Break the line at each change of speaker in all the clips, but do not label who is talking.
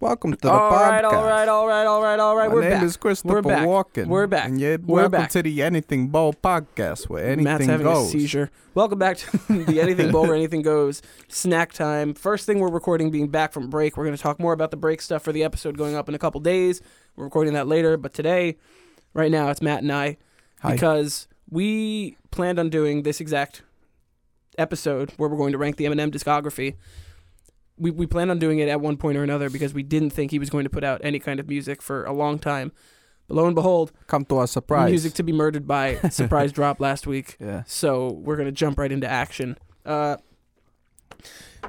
Welcome to the
All right,
podcast.
all right, all right, all right, all right.
My
We're
name
back.
is Christopher
We're back.
Walken.
We're back.
And you're
We're
welcome
back.
to the Anything Bowl podcast where anything
Matt's having
goes.
a seizure. Welcome back to the Anything Bowl where anything goes. Snack time. First thing we're recording being back from break. We're going to talk more about the break stuff for the episode going up in a couple days. We're recording that later, but today, right now, it's Matt and I
Hi.
because we planned on doing this exact episode where we're going to rank the Eminem discography. We, we planned on doing it at one point or another because we didn't think he was going to put out any kind of music for a long time. But lo and behold,
Come to our surprise.
music to be murdered by surprise drop last week.
yeah.
So we're gonna jump right into action. Uh,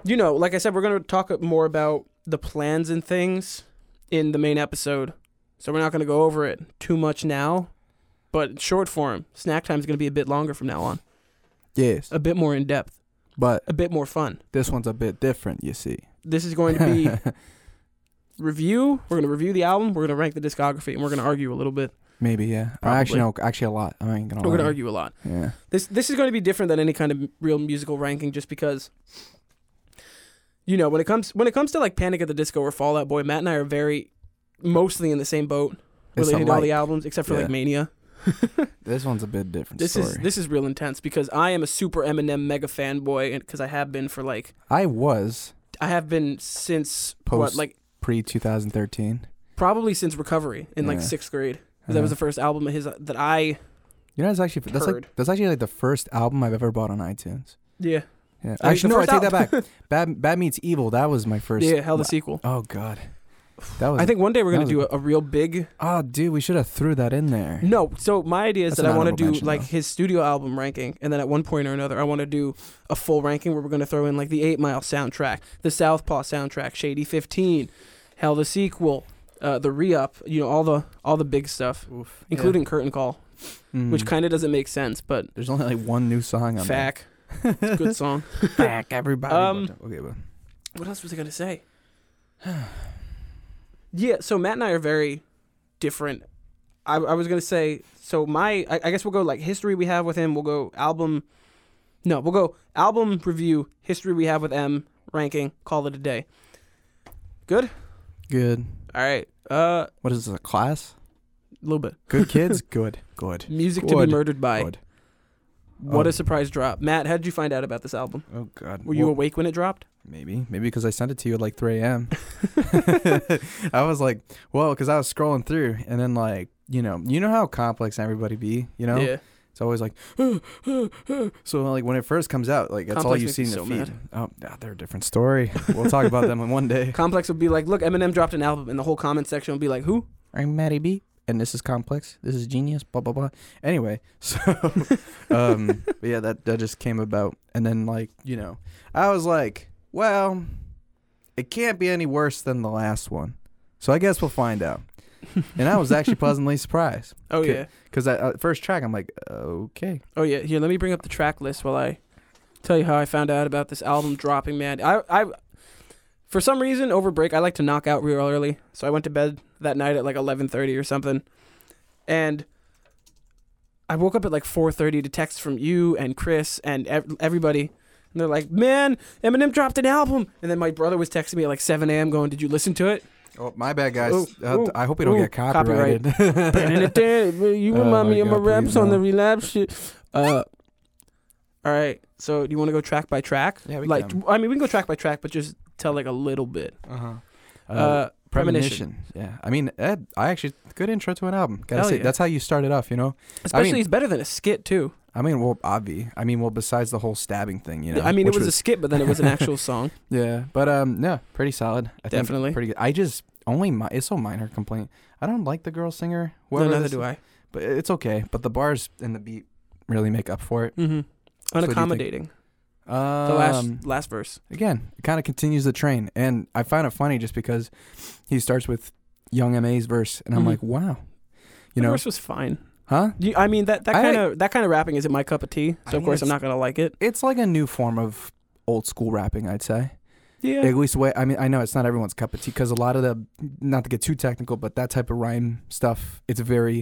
you know, like I said, we're gonna talk more about the plans and things in the main episode. So we're not gonna go over it too much now, but short form, snack time is gonna be a bit longer from now on,
Yes.
a bit more in depth,
But
a bit more fun.
this one's a bit different, you see.
This is going to be review. We're gonna review the album. We're gonna rank the discography, and we're gonna argue a little bit.
Maybe, yeah. Or Actually, no, actually a lot. I ain't gonna
We're
lie.
gonna argue a lot.
Yeah.
This this is going to be different than any kind of m- real musical ranking, just because. You know, when it comes when it comes to like Panic at the Disco or Fallout Boy, Matt and I are very mostly in the same boat
It's
related to all the
alike.
albums, except for like
Yeah.
Mania.
This one's a bit different
This
story.
is this is real intense because I am a super Eminem mega fanboy because I have been for like
I was
I have been since what
Post-
like
pre 2013.
probably since Recovery in like
Yeah. Uh-huh.
sixth grade. 'Cause That was the first album of his that I
Uh, You know, that's actually that's
Heard.
like that's actually like the first album I've ever bought on iTunes.
yeah
Yeah.
I mean,
Actually,
Oh, the
no, I take
first
that
al-
back. Bad Bad Meets Evil. That was my first.
yeah hell the sequel.
Oh God. That was.
I think one day we're
that
gonna
was
do a, a real big
Oh, dude, we should have threw that in there.
No, so my idea is
That's
that
an
I want to
honorable
do
mention,
like
though.
his studio album ranking, and then at one point or another, I want to do a full ranking where we're going to throw in like the Eight Mile soundtrack, the Southpaw soundtrack, Shady Fifteen, Hell the sequel, uh, the re up, you know, all the all the big stuff,
Oof.
including Curtain Call,
Mm.
which kind of doesn't make sense, but
There's only like one new song on
fact, it's a good song.
there. Fact, everybody.
Um,
okay, but
What else was I going to say? yeah, so Matt and I are very different. I, I was going to say, so my, I, I guess we'll go like history we have with him. We'll go album. No, we'll go album review, history we have with M, ranking, call it a day. Good?
good.
All right. Uh, a
What is this? A class?
little bit.
Good kids. good. Good.
Music to
Good.
be murdered by.
Good.
What
Um,
a surprise drop. Matt, how did you find out about this album?
Oh God.
Were you
Well,
awake when it dropped?
maybe maybe because I sent it to you at like 3 a.m. I was like, well, because I was scrolling through and then like you know you know how complex everybody be you know
Yeah.
It's always like, so like when it first comes out, like that's all
Complex
you
makes
see in
me
the
so
feed. Oh, nah, they're a different story. We'll talk about them in one day.
Complex would be like, look, Eminem dropped an album, and the whole comment section would be like, who?
I'm Maddie B, and this is Complex. This is Genius. Blah blah blah. Anyway, so um, but yeah, that that just came about, and then like you know, I was like, well, it can't be any worse than the last one, so I guess we'll find out. And I was actually pleasantly surprised
Oh,
Okay.
yeah.
because uh, first track, I'm like, okay,
Oh yeah, here let me bring up the track list while I tell you how I found out about this album dropping, man. I I for some reason over break I like to knock out real early, so I went to bed that night at like 11:30 or something. And I woke up at like 4:30 to text from you and Chris and ev- everybody. And they're like, "Man, Eminem dropped an album." And then my brother was texting me at like 7 a.m. going, "Did you listen to it?"
Oh, my bad, guys.
Ooh,
uh,
ooh,
I hope we don't
ooh,
get copyrighted.
you
Oh
remind
my
me of my
God, please
raps on
no.
the relapse shit. Uh, all right. So do you want to go track by track?
Yeah, we
like
can.
I mean, we can go track by track, but just tell like a little bit.
uh-huh.
Uh, premonition,
premonition. Yeah, I mean, that, I actually good intro to an album. Gotta
Hell
say,
yeah.
that's how you start it off. You know,
especially
I mean-
it's better than a skit too.
I mean, well, obvi. I mean, well, besides the whole stabbing thing, you know.
I mean, it
which
was, a skit, but then it was an actual song.
yeah, but um, no, pretty solid. I think
Definitely.
pretty good. I just only my it's so minor complaint. I don't like the girl singer.
no,
whoever
neither
this
do
is,
I.
But it's okay. But the bars and the beat really make up for it.
Mm-hmm.
do you think?
Unaccommodating.
Um,
The last last verse.
again, it kind of continues the train. And I find it funny just because he starts with Young MA's verse, and I'm
Mhm.
like, wow, you
the
know,
verse was fine.
huh?
You, I mean that that
I-
kind of that kind of rapping isn't my cup of tea.
I
So of
mean,
course I'm
it's-
not gonna like it.
It's like a new form of old school rapping, I'd say.
Yeah.
At least the way I mean, I know it's not everyone's cup of tea because a lot of the, not to get too technical, but that type of rhyme stuff, it's very,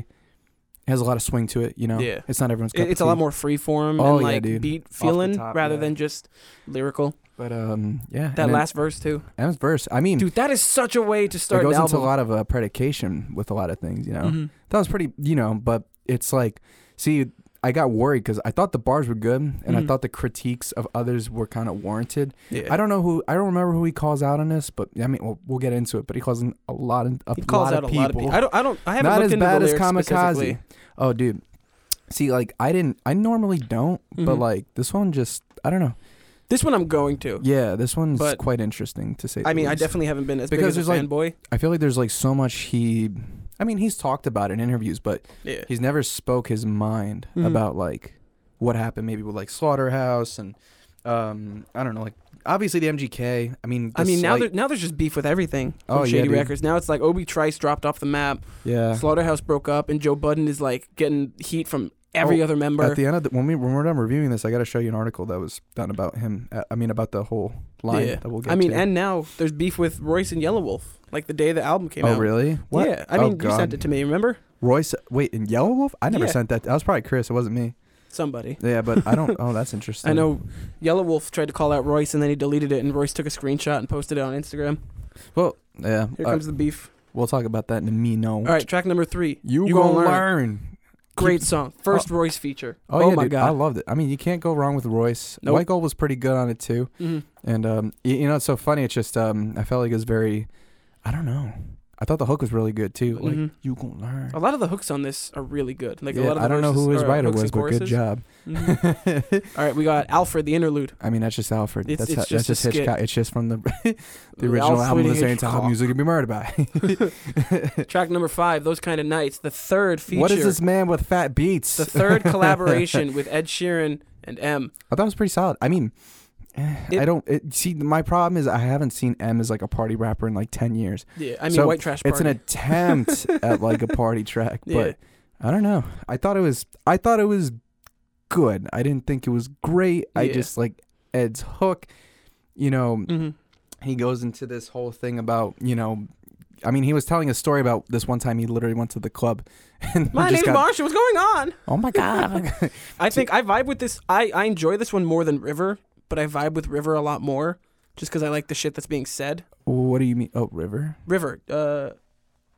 it has a lot of swing to it. You know,
Yeah.
it's not everyone's cup.
It-
of
it's a lot
tea.
more freeform
Oh,
and
yeah,
like
dude.
beat feeling
top,
rather
yeah.
than just lyrical.
But um, yeah.
That last verse too,
M's verse. I mean,
dude. That is such a way to
it
start
goes
an
into a
album.
lot of uh, predication with a lot of things. You know,
Mhm.
that was pretty. You know, but it's like, see, I got worried because I thought the bars were good, and I
Mhm.
thought the critiques of others were kind of warranted.
Yeah.
I don't know who I don't remember who he calls out on this, but I mean, we'll, we'll get into it. But he calls in a lot, of- a
He calls
lot
out
of
a
people.
lot of people. I don't. I don't. I haven't
Not
looked
as
into the
bad as
lyrics
Kamikaze.
specifically.
Oh, dude. See, like I didn't. I normally don't, but
Mhm.
like this one, just I don't know.
This one I'm going to.
Yeah, this one's
But-
quite interesting to say.
I
the
mean, I
least.
definitely haven't been as
Because
big
there's,
as a
like-
fanboy.
I feel like there's like so much he. I mean, he's talked about it in interviews, but
Yeah.
he's never spoke his mind
Mhm.
about like what happened maybe with like slaughterhouse and um i don't know like obviously the mgk i mean
I mean,
this,
now there,
like,
now there's just beef with everything. From
Oh, yeah,
Shady
dude.
Records. Now it's like Obi Trice dropped off the map.
yeah
Slaughterhouse broke up, and Joe Budden is like getting heat from every
Oh,
other member.
at the end of the when we when we're done reviewing this i gotta show you an article that was done about him uh, i mean about the whole line
Yeah.
that we'll get
I mean,
to.
and now there's beef with Royce and Yellow Wolf. Like the day the album came
oh
out.
really what
Yeah. I
Oh,
mean, you
God.
sent it to me. Remember?
royce wait in yellow wolf i never
Yeah.
sent that that was probably chris it wasn't me
Somebody.
yeah but i don't oh that's interesting
I know Yellow Wolf tried to call out Royce, and then he deleted it, and Royce took a screenshot and posted it on Instagram.
well yeah
Here
uh,
comes the beef.
we'll talk about that in a me no
All right, track number three.
you,
You
gonna,
gonna learn.
learn.
Great song. First Royce feature.
Oh, yeah,
my
dude. I
god.
loved it. I mean, you can't go wrong with Royce.
Nope.
White Gold was pretty good on it too.
hmm
And um, y- you know, it's so funny. It's just um, I felt like it was very, I don't know. I thought the hook was really good too. Like
Mhm.
you gonna learn.
A lot of the hooks on this are really good. Like a
Yeah,
lot of the
I don't know who his
verses- or uh,
writer
hooks
was,
and
but good
choruses.
job.
Mhm. All right, we got Alfred the interlude.
I mean, that's just Alfred.
It's-
that's
it's
how-
just a
that's just
skit.
Hitchcock. It's just from the the original
Alfred
album, the same
Hitchcock.
time music can be murdered by.
Track number five, those kind of nights. The third feature.
What is this man with fat beats?
The third collaboration with Ed Sheeran and M.
I thought it was pretty solid. I mean, eh,
It-
I don't it, see. My problem is I haven't seen M as like a party rapper in like ten years.
Yeah, I mean
So,
White Trash Party.
It's an attempt at like a party track,
Yeah.
but I don't know. I thought it was I thought it was good. I didn't think it was great. I
Yeah.
just like Ed's hook, you know,
Mhm.
he goes into this whole thing about, you know, I mean, he was telling a story about this one time he literally went to the club and
My name's
just got,
Marsha. What's going on?
Oh my god.
I think I vibe with this. I, I enjoy this one more than River, but I vibe with River a lot more just because I like the shit that's being said.
what do you mean? Oh, River?
River, uh,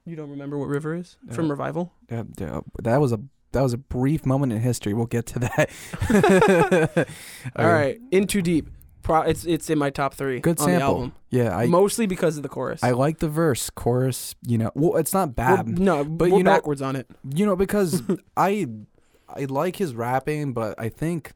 you don't remember what River is from
No.
Revival?
Uh, uh, that was a that was a brief moment in history. We'll get to that.
All right, In Too Deep. Pro- it's it's in my top three
Good
on the
sample.
album,
Yeah, I
mostly because of the chorus.
I like the verse, chorus. You know, well, it's not
We're-
bad.
no,
but
but we're
you know-
backwards on it.
you know, because I, I like his rapping, but I think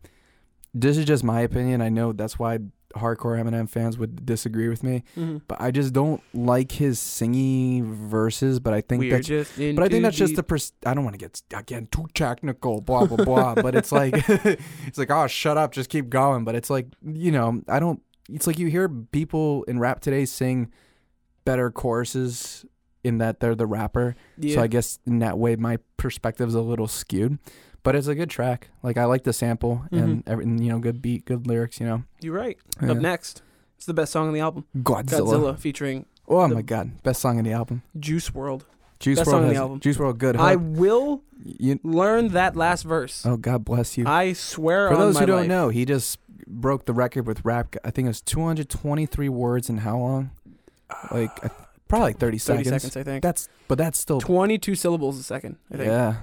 this is just my opinion. I know that's why hardcore Eminem fans would disagree with me,
Mhm.
but I just don't like his singy verses. But I think
We're
that's.
just in
But I
too
think that's just
deep.
the. Pers- I don't want to get again too technical, blah blah blah. but it's like, it's like, oh, shut up, just keep going. But it's like, you know, I don't. It's like you hear people in rap today sing better choruses in that they're the rapper.
yeah.
So I guess in that way, my perspective's a little skewed. But it's a good track. Like I like the sample and
Mm-hmm.
everything. You know, good beat, good lyrics. You know,
You're right.
Yeah.
Up next, it's the best song on the album,
Godzilla.
Godzilla featuring
Oh
The-
my god, best song in the album.
Juice World.
Juice
Best
World
song on the
has
album.
Juice World good.
I
hook.
will
You-
learn that last verse.
uh, oh God bless you.
I swear
For
on
those
my
who don't
life.
know, he just broke the record with rap. I think it was 223 words in how long? Like I th- probably like 30,
30
seconds.
seconds, I think.
That's but that's still
22 syllables a second. I think
yeah.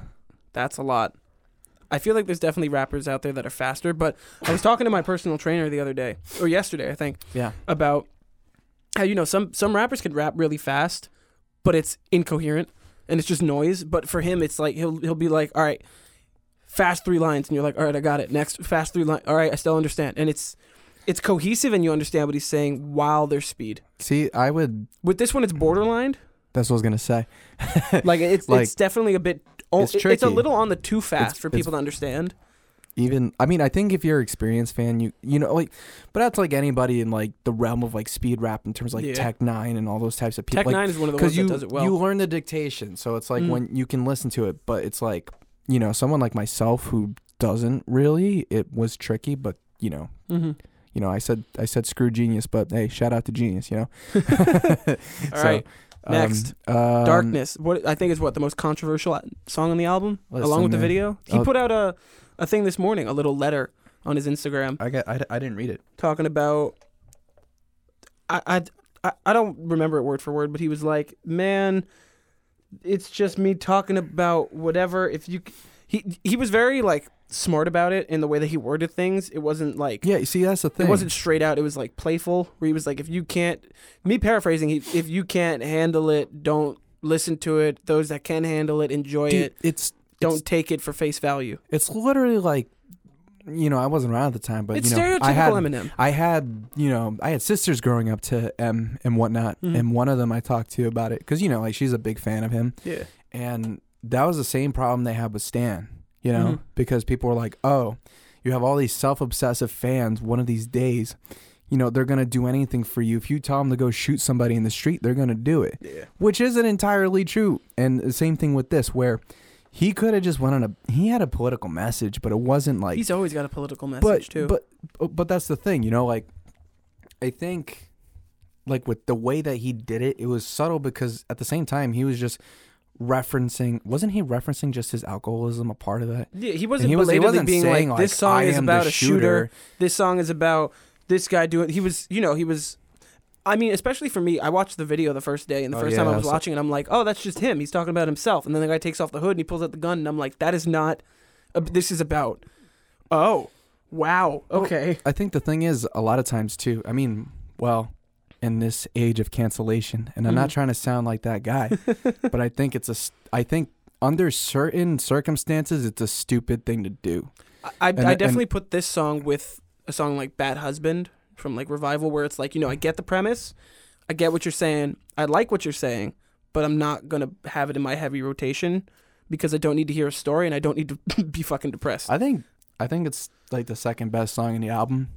that's a lot. I feel like there's definitely rappers out there that are faster, but I was talking to my personal trainer the other day or yesterday, I think,
Yeah.
about how you know some some rappers can rap really fast, but it's incoherent and it's just noise, but for him it's like he'll he'll be like, "All right, fast three lines." And you're like, "All right, I got it. Next fast three line. All right, I still understand." And it's it's cohesive and you understand what he's saying while there's speed.
See, I would
With this one it's borderline
that's what I was going to say.
like it's
Like,
it's definitely a bit oh,
it's
it- it's
tricky.
a little on the too fast
It's-
for
it's-
people to understand
Even I mean, I think if you're an experienced fan, you you know like but that's like anybody in like the realm of like speed rap in terms of like
Yeah.
Tech 9 and all those types of people
tech nine is one of the
because
ones
you
that does it well
you learn the dictation, so it's like
Mm.
when you can listen to it, but it's like you know someone like myself who doesn't really. It was tricky, but you know,
mm-hmm.
you know, I said I said screw genius, but hey, shout out to genius, you know.
All right, next.
um,
darkness what i think is what the most controversial song on the album along
Listen,
with the
man.
video he
Oh.
put out a a thing this morning a little letter on his instagram
I got I, I didn't read it.
talking about I, I I I don't remember it word for word, but he was like, "Man, it's just me talking about whatever. If you, c-" he he was very like smart about it in the way that he worded things. It wasn't like
Yeah, you see, that's the thing.
it wasn't straight out. It was like playful, where he was like, "If you can't," me paraphrasing, he, "If you can't handle it, don't listen to it. Those that can handle it, enjoy
Dude,
it.
it's
Don't
it's-
take it for face value."
It's literally like, you know, I wasn't around at the time, but
it's
you know,
stereotypical
I had
Eminem.
I had, you know, I had sisters growing up to M and whatnot,
Mhm.
and one of them I talked to about it because you know, like she's a big fan of him,
Yeah,
and that was the same problem they had with Stan, you know,
Mhm.
because people were like, oh, you have all these self-obsessive fans. One of these days, you know, they're gonna do anything for you. If you tell them to go shoot somebody in the street, they're gonna do it
yeah,
which isn't entirely true. And the same thing with this, where he could have just went on a he had a political message, but it wasn't like
He's always got a political message
but
too.
but but that's the thing, you know, like I think like with the way that he did it, it was subtle because at the same time he was just referencing wasn't he referencing just his alcoholism a part of that?
yeah, he
And
wasn't
he, was, he
belatedly
wasn't
being
saying
like,
like,
"This song
I
is
am
about
the
a shooter. this song is about this guy doing he was you know he was i mean especially for me i watched the video the first day and the
Oh,
first
yeah,
time i
I
was
was-
watching it i'm like oh that's just him he's talking about himself and then the guy takes off the hood and he pulls out the gun and i'm like that is not uh, this is about oh wow okay
I think the thing is, a lot of times too. I mean, well, in this age of cancellation, and I'm not
Mhm.
trying to sound like that guy, but I think it's a. s- I think under certain circumstances, it's a stupid thing to do.
i, I,
and-
I
and-
definitely put this song with a song like bad husband from like revival where it's like you know i get the premise i get what you're saying i like what you're saying but i'm not gonna have it in my heavy rotation because i don't need to hear a story and i don't need to be fucking depressed
I think. I think it's like the second best song in the album.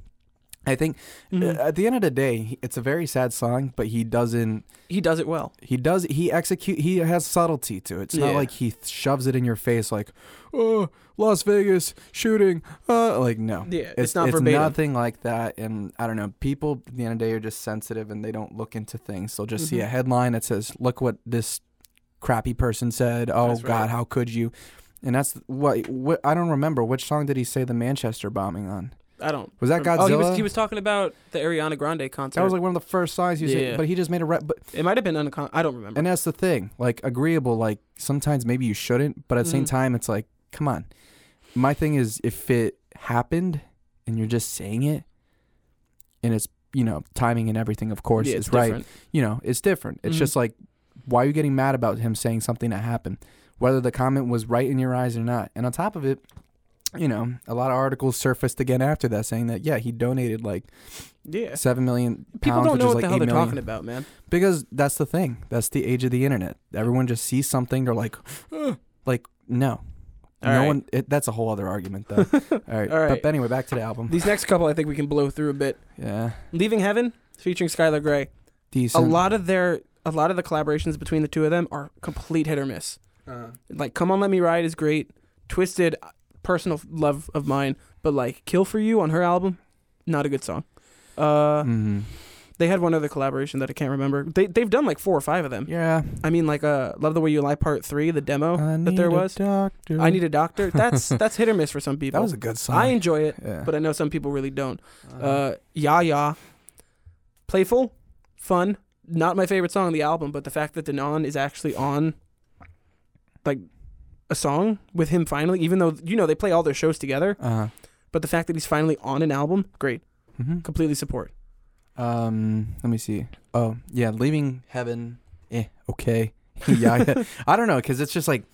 I think uh,
Mhm.
at the end of the day, he- it's a very sad song, but he doesn't.
he does it well.
He does. He execute. He has subtlety to it. It's not
Yeah.
like he shoves it in your face like, oh, Las Vegas shooting. Uh, like no.
Yeah, it's, not verbatim.
nothing like that. And I don't know. People at the end of the day are just sensitive and they don't look into things. They'll just see
Mhm.
a headline that says, "Look what this crappy person said." Oh
That's right.
God, how could you? And that's what, what I don't remember. Which song did he say the Manchester bombing on?
I don't.
Was that
Oh, he was,
Godzilla?
he was talking about the Ariana Grande concert.
That was like one of the first songs he said.
Yeah.
But he just made a rap. But
it might have been on a con- I don't remember.
and that's the thing. Like agreeable. Like sometimes maybe you shouldn't, but at the same
Mhm.
time, it's like, come on. My thing is, if it happened and you're just saying it, and it's you know timing and everything, of course,
Yeah,
is
it's
right.
different.
You know, it's different. It's
Mhm.
just like, why are you getting mad about him saying something that happened, whether the comment was right in your eyes or not? And on top of it. You know, a lot of articles surfaced again after that saying that yeah, he donated like
Yeah,
seven million pounds,
people don't
which
know
is like
what the
eight
hell they're
million.
talking about, man.
Because that's the thing. That's the age of the internet. Everyone just sees something. They're like, "Ugh." like no,
All
no
right.
one. It, that's a whole other argument, though. All right.
All right.
But anyway, back to the album.
These next couple, I think we can blow through a bit.
yeah.
Leaving Heaven featuring Skylar Grey. A
Decent.
lot of their a lot of the collaborations between the two of them are complete hit or miss.
Uh-huh.
Like Come On Let Me Ride is great. Twisted, uh, personal f- love of mine, but like Kill for You on her album, not a good song. Uh,
hmm
they had one other collaboration that I can't remember. They they've done like four or five of them.
Yeah.
I mean, like uh, Love the Way You Lie Part Three, the
I
demo Oh, that
need
there
a
was.
doctor.
I need a doctor. That's that's hit or miss for some people.
That was a good song.
I enjoy it,
yeah.
but I know some people really don't.
Uh,
Uh, ya ya, playful, fun. Not my favorite song on the album, but the fact that Danon is actually on, like, a song with him finally. Even though you know they play all their shows together,
uh,
but the fact that he's finally on an album, great.
mhm.
Completely support.
Um. Let me see. Oh yeah. Leaving heaven. Eh. Okay. yeah, yeah. I don't know because it's just like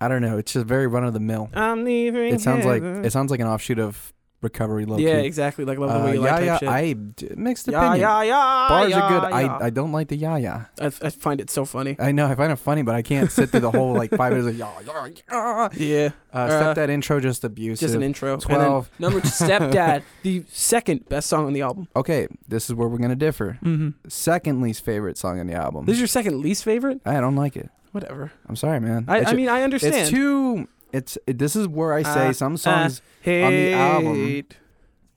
I don't know. It's just very run of the mill.
I'm leaving.
It sounds like
heaven.
it sounds like an offshoot of recovery. Low
yeah,
key.
exactly. Like Love the
Uh,
Way You Lie
yeah,
type
yeah,
shit.
I d- mixed
yeah,
opinion.
yeah, yeah.
Bars
yeah,
are good.
yeah.
I, I don't like the yeah yeah.
I, f- I find it so funny.
I know I find it funny, but I can't sit through the whole like five minutes of yeah yeah yeah.
Yeah,
Uh,
Uh,
step that intro just abusive.
just an intro. And then
Twelve.
number two, Stepdad, the second best song on the album.
Okay, this is where we're gonna differ.
Mm-hmm.
Second least favorite song on the album.
This is your second least favorite?
I don't like it.
Whatever.
I'm sorry, man.
I,
It's
I
ju-
mean, I understand.
it's too. It's it- this is where I say
Uh,
some songs
Hate.
the album.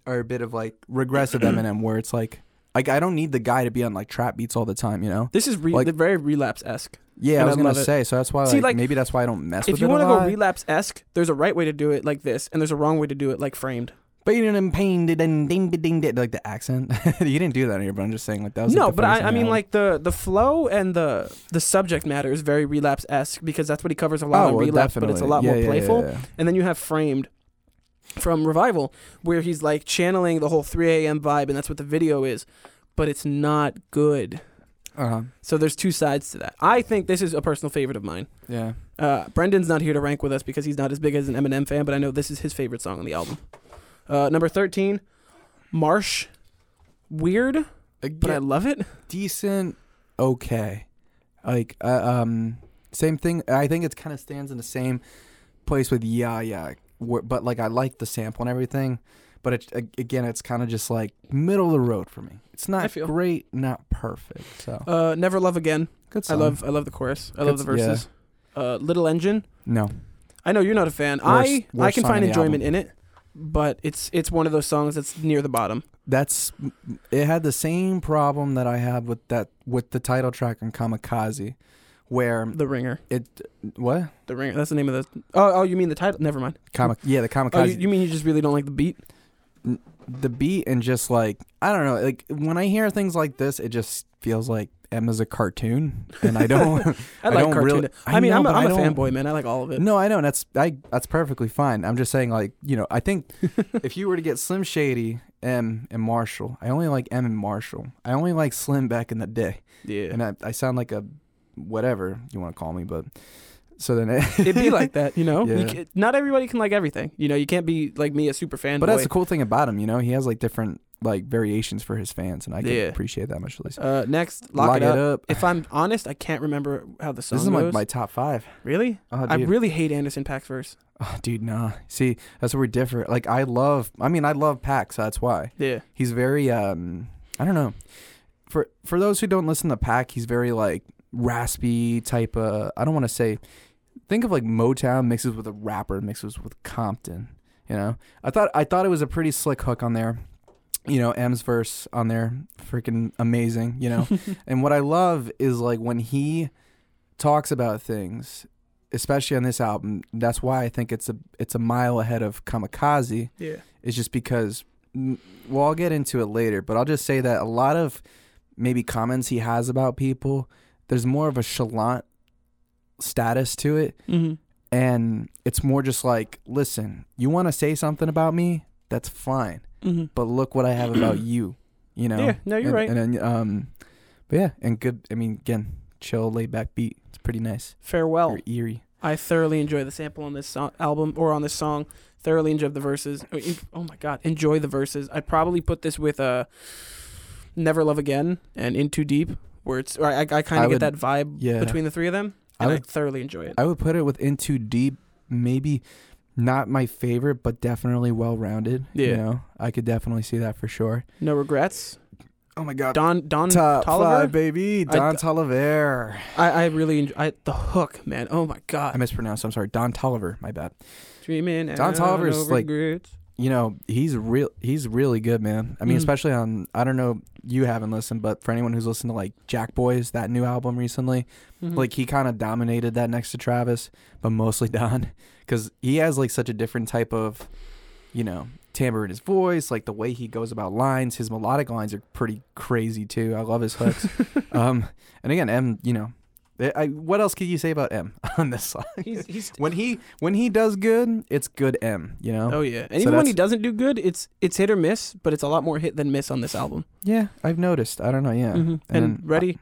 are a bit of like regressive Eminem, where it's like like I don't need the guy to be on like trap beats all the time, you know?
This is re-
Like-
very relapse esque.
Yeah,
And
I was
I
gonna
love it.
say. So that's why like,
See, like,
maybe that's why I don't mess
If
with
you
it a
want to
lot.
go relapse esque, there's a right way to do it like this, and there's a wrong way to do it like framed.
But you didn't pain did ding ding ding ding like the accent. you didn't do that here, but I'm just saying like that was
no,
like, the
but
funniest
I, I
thing
mean,
heard.
like the the flow and the the subject matter is very relapse esque because that's what he covers a lot
oh,
on
well,
relapse, but it's
definitely.
a lot
Yeah,
more
yeah, yeah,
playful.
yeah.
And then you have framed from revival where he's like channeling the whole 3 a.m. vibe, and that's what the video is, but it's not good.
Uh-huh.
So there's two sides to that. I think this is a personal favorite of mine.
Yeah.
Uh, Brendan's not here to rank with us because he's not as big as an Eminem fan, but I know this is his favorite song on the album. Uh, number 13, Marsh. Weird, but I love it.
decent, okay. Like uh, um, same thing. I think it kind of stands in the same place with yeah yeah. Wh- But like I like the sample and everything. But it, a- again, it's kind of just like middle of the road for me. It's
I
not
feel.
great, not perfect. So
Uh, Never Love Again.
good.
I
Song.
love I love the chorus. I love the
It's- yeah.
verses. Uh, Little Engine.
no.
I know you're not a fan. I
Worst-
I
worst
can
song
find
on the
enjoyment in it, but it's it's one of those songs that's near the bottom.
That's it had the same problem that I had with that with the title track on Kamikaze, where
The Ringer.
it what
The Ringer. That's the name of the. Oh, oh, you mean the title? Never mind.
Kami- yeah the Kamikaze
Oh, you, you mean you just really don't like the beat?
the beat and just like I don't know, like when I hear things like this, it just feels like Emma's a cartoon, and I don't.
I
I
like
don't
cartoon.
really-
I,
I
mean,
know,
I'm a,
but
I'm
I
a
don't-
fanboy, man. I like all of it.
no, I know and that's I that's perfectly fine. I'm just saying, like you know, I think if you were to get Slim Shady, M and Marshall, I only like M and Marshall. I only like Slim back in the day,
Yeah.
and I I sound like a whatever you want to call me, but so then it,
It'd be like that, you know. You
Yeah.
ca- not everybody can like everything, you know. You can't be like me, a super fan.
But that's the cool thing about him, you know, he has like different like variations for his fans, and I can
Yeah.
appreciate that much at least.
uh, next, lock, it, up.
up.
If I'm honest, I can't remember how the song
This is my,
goes.
my top five.
really,
Oh,
I
dude.
really hate Anderson Pack's verse.
Oh, dude, nah. See, that's where we differ. Like, I love. I mean, I love Pac, so that's why
Yeah,
he's very. um I don't know. For for those who don't listen to Pac, he's very like raspy type of. I don't want to say. Think of like Motown mixes with a rapper mixes with Compton. You know, I thought I thought it was a pretty slick hook on there. You know, M's verse on there, freaking amazing. You know, and what I love is like when he talks about things, especially on this album. That's why I think it's a it's a mile ahead of Kamikaze.
yeah.
Is just because. n- Well, I'll get into it later, but I'll just say that a lot of maybe comments he has about people, there's more of a chalant status to it,
Mm-hmm.
and it's more just like, listen, you want to say something about me, that's fine,
Mm-hmm.
but look what I have about you, you know.
Yeah, no, you're
and,
right.
And then, um, but yeah, and good. I mean, again, chill, laid back beat. It's pretty nice.
Farewell.
Very eerie.
I thoroughly enjoy the sample on this so- album or on this song. Thoroughly enjoy the verses. I mean, Oh my god, enjoy the verses. I'd probably put this with uh, "Never Love Again" and "In Too Deep," where it's or I, I kind
I
of get
would-
that vibe
yeah.
between the three of them,
I
and I,
would-
thoroughly enjoy it.
I would put it with Into Deep, maybe not my favorite, but definitely well rounded.
Yeah.
You know, I could definitely see that for sure.
no regrets.
Oh my God.
Don Don
Top
Tolliver.
five, baby.
I-
Don Tolliver.
I, I really enjoy I, the hook, man. Oh my
I
god,
mispronounced. I'm sorry. Don Tolliver. My bad.
dreaming.
Don
out
Tolliver's,
of
like-
regrets.
You know, he's real. He's really good, man. I mean,
Mhm.
especially on. I don't know. You haven't listened, but for anyone who's listened to like Jack Boys, that new album recently,
Mhm.
Like he kind of dominated that next to Travis, but mostly Don, because he has like such a different type of, you know, timbre in his voice, like the way he goes about lines. His melodic lines are pretty crazy too. I love his hooks. um, and again, M, you know, I, I- what else could you say about M on this song?
he's, he's
When he when he does good, it's good M. You know.
Oh yeah,
So
and even when
that's-
he doesn't do good, it's it's hit or miss, but it's a lot more hit than miss on this album.
Yeah, I've noticed. I don't know. Yeah.
Mhm.
And
And,
then- uh,
ready,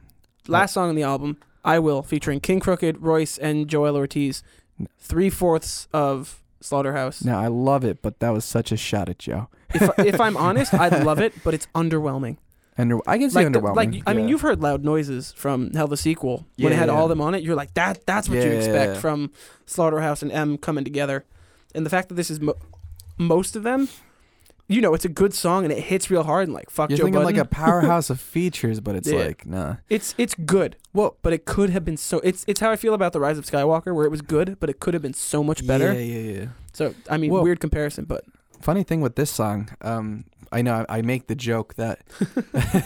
last song on the album, "I Will," featuring King Crooked, Royce, and Joel Ortiz,
No.
three fourths of Slaughterhouse.
Now I love it, but that was such a shot at Joe.
if, if I'm honest, I love it, but it's underwhelming.
And I can see
Like, the-
underwhelming.
like I mean,
Yeah.
you've heard loud noises from Hell the sequel when it
Yeah,
had
yeah.
all them on it. You're like that. That's what you
Yeah,
expect
yeah.
from Slaughterhouse and M coming together, and the fact that this is mo- most of them. You know, it's a good song and it hits real hard and like fuck
You're
Joe
thinking
Budden.
like a powerhouse of features, but it's
Yeah.
like nah.
It's it's good.
Well-
but it could have been so. It's it's how I feel about the Rise of Skywalker, where it was good, but it could have been so much better.
Yeah, yeah, yeah.
So I mean,
Well-
weird comparison, but
Funny thing with this song, um, I know I, I make the joke that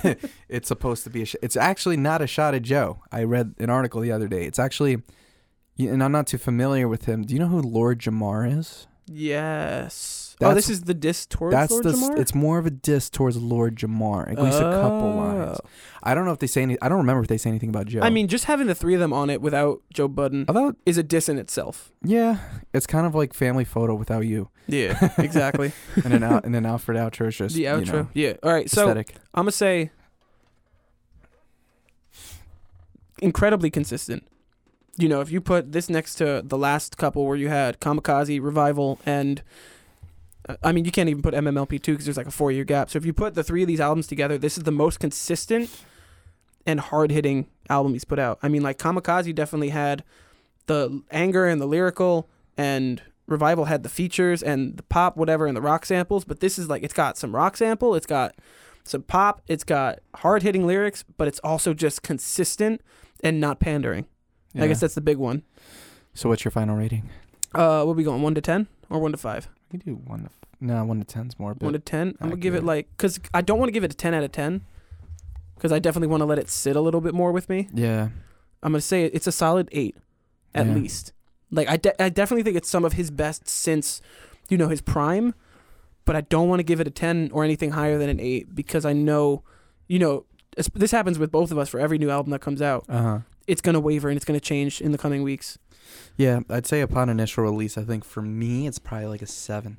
it's supposed to be a. Sh- it's actually not a shot at Joe. I read an article the other day. It's actually, y- and I'm not too familiar with him. Do you know who Lord Jamar is?
yes, oh, this is the diss towards
that's
Lord
the s-
Jamar?
it's more of a diss towards Lord Jamar. At least a couple lines.
Oh.
I don't know if they say any. I don't remember if they say anything about Joe.
I mean, just having the three of them on it without Joe Budden
although
is a diss in itself.
yeah, it's kind of like family photo without you
Yeah, exactly.
and an out, and an Alfred outro is just
the outro.
You know,
yeah. All right. So
aesthetic.
I'm gonna say incredibly consistent. You know, if you put this next to the last couple where you had Kamikaze Revival and uh, I mean, you can't even put MMLP two because there's like a four year gap. So if you put the three of these albums together, this is the most consistent and hard hitting album he's put out. I mean, like Kamikaze definitely had the anger and the lyrical and Revival had the features and the pop, whatever, and the rock samples. But this is like it's got some rock sample, it's got some pop. It's got hard hitting lyrics, but it's also just consistent and not pandering. I
Yeah.
guess that's the big one.
So what's your final rating?
Uh, what are we going? One to ten or one to five?
We do one to f- no one to ten's more. But
One to ten. I'm gonna give it
accurate.
like because I don't want to give it a ten out of ten because I definitely want to let it sit a little bit more with me.
yeah,
I'm gonna say it's a solid eight at
Yeah.
least. Like I, de- I definitely think it's some of his best since you know his prime, but I don't want to give it a ten or anything higher than an eight because I know, you know, es- this happens with both of us for every new album that comes out.
uh huh.
it's going to waver and it's going to change in the coming weeks.
Yeah, I'd say upon initial release, I think for me it's probably like a seven.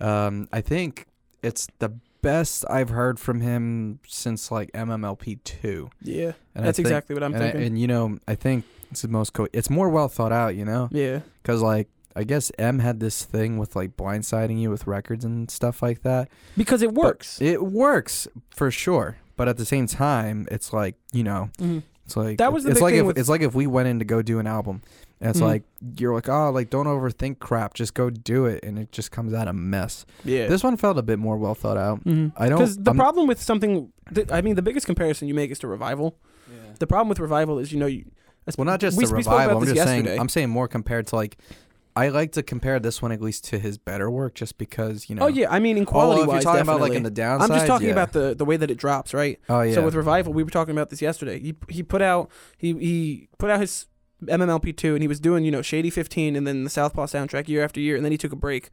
Um, I think it's the best I've heard from him since like MMLP two.
Yeah,
And I
that's
think-
exactly what I'm
and, I-
thinking.
and, you know, I think it's the most co. It's more well thought out, you know,
yeah,
because like I guess M had this thing with like blindsiding you with records and stuff like that.
because it works.
It works for sure, but at the same time, it's like you know,
Mhm.
it's like
That was the
it's
big
like
thing
if
with-
it's like if we went in to go do an album, and it's
Mhm.
like you're like oh like don't overthink crap, just go do it, and it just comes out a mess.
Yeah,
This one felt a bit more well thought out. I don't.
Mm-hmm. because the
I'm-
problem with something, th- I mean, the biggest comparison you make is to revival. The problem with revival is you know, you,
well, not just
we-
the
we spoke about
revival. I'm
this
just
yesterday.
saying. I'm saying more compared to like. I like to compare this one at least to his better work, just because you know.
oh yeah, I mean, in
Although
quality
if you're
wise,
talking
definitely.
about like in the
I'm
downside.
just talking about the the way that it drops, right?
Oh yeah.
So with revival, we were talking about this yesterday. He he put out he he put out his MMLP two, and he was doing you know Shady Fifteen, and then the Southpaw soundtrack year after year, and then he took a break,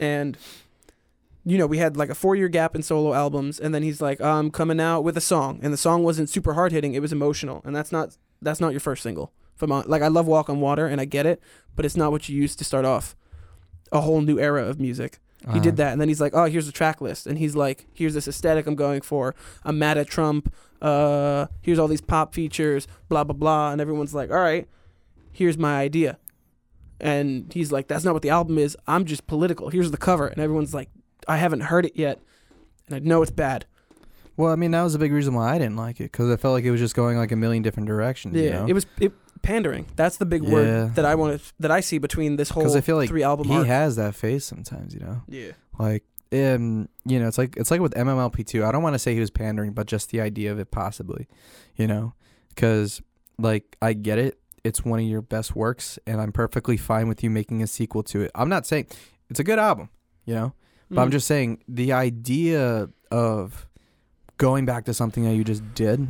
and you know we had like a four year gap in solo albums, and then he's like I'm coming out with a song, and the song wasn't super hard hitting, it was emotional, and that's not that's not your first single. From on, like I love Walk on Water, and I get it, but it's not what you use to start off a whole new era of music. He
Uh-huh.
did that, and then he's like, "Oh, here's the track list," and he's like, "Here's this aesthetic I'm going for. I'm mad at Trump. Uh, here's all these pop features, blah blah blah." And everyone's like, "All right, here's my idea," and he's like, "That's not what the album is. I'm just political. Here's the cover," and everyone's like, "I haven't heard it yet, and I know it's bad."
Well, I mean, that was a big reason why I didn't like it because I felt like it was just going like a million different directions.
Yeah,
you know?
it was it, pandering. That's the big
Yeah.
word that I want to that I see between this whole
I feel like
three album
he
arc.
has that face sometimes. You know,
yeah,
like um, you know, it's like it's like with MMLP two. I don't want to say he was pandering, but just the idea of it possibly, you know, because like I get it. It's one of your best works, and I'm perfectly fine with you making a sequel to it. I'm not saying it's a good album, you know, but I'm
Mm.
just saying the idea of going back to something that you just did,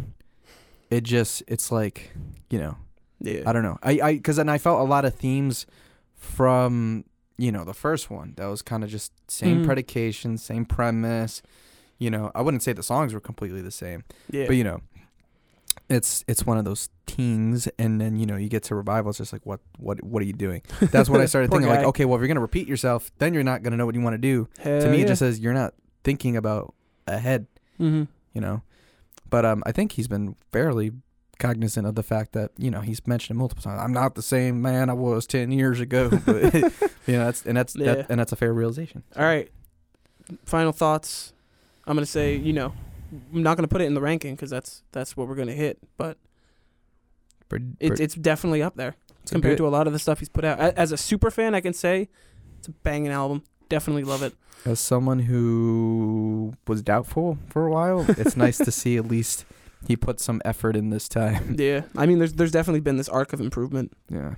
it just it's like, you know,
yeah.
I don't know. I I because then I felt a lot of themes from you know the first one that was kind of just same
Mm.
predication, same premise. You know, I wouldn't say the songs were completely the same,
yeah.
but you know, it's it's one of those things, and then you know you get to revival. It's just like what what what are you doing? That's when I started
Poor
thinking like,
guy.
okay, well if you're gonna repeat yourself, then you're not gonna know what you want to do. to
Hell
me,
Uh, yeah.
it just says you're not thinking about ahead.
Mhm.
You know, but um, I think he's been fairly cognizant of the fact that you know he's mentioned it multiple times. I'm not the same man I was ten years ago,
Mm-hmm.
but you know that's and that's
Yeah.
that, and that's a fair realization.
All right. Final thoughts. I'm gonna say, you know, I'm not gonna put it in the ranking because that's that's what we're gonna hit. But it's it's definitely up there compared to a lot of the stuff he's put out. A- As a super fan, I can say it's a banging album. Definitely love it.
as someone who was doubtful for a while, it's nice to see at least he put some effort in this time.
Yeah, I mean, there's there's definitely been this arc of improvement.
Yeah,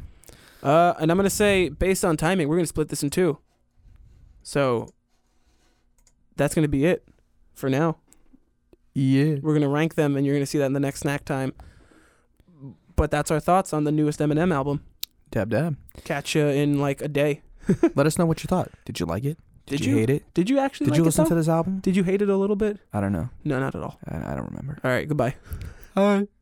Uh, and I'm gonna say, based on timing, we're gonna split this in two. So that's gonna be it for now.
yeah.
We're gonna rank them, and you're gonna see that in the next snack time. But that's our thoughts on the newest Eminem album.
Dab dab.
catch you in like a day.
Let us know what you thought. Did you like it?
Did, you, hate it?
Did you actually?
Did
like
you
it,
listen
though?
to this album?
Did you hate it a little bit?
I don't know.
No, not at all.
I, I don't remember.
All right, goodbye. Hi.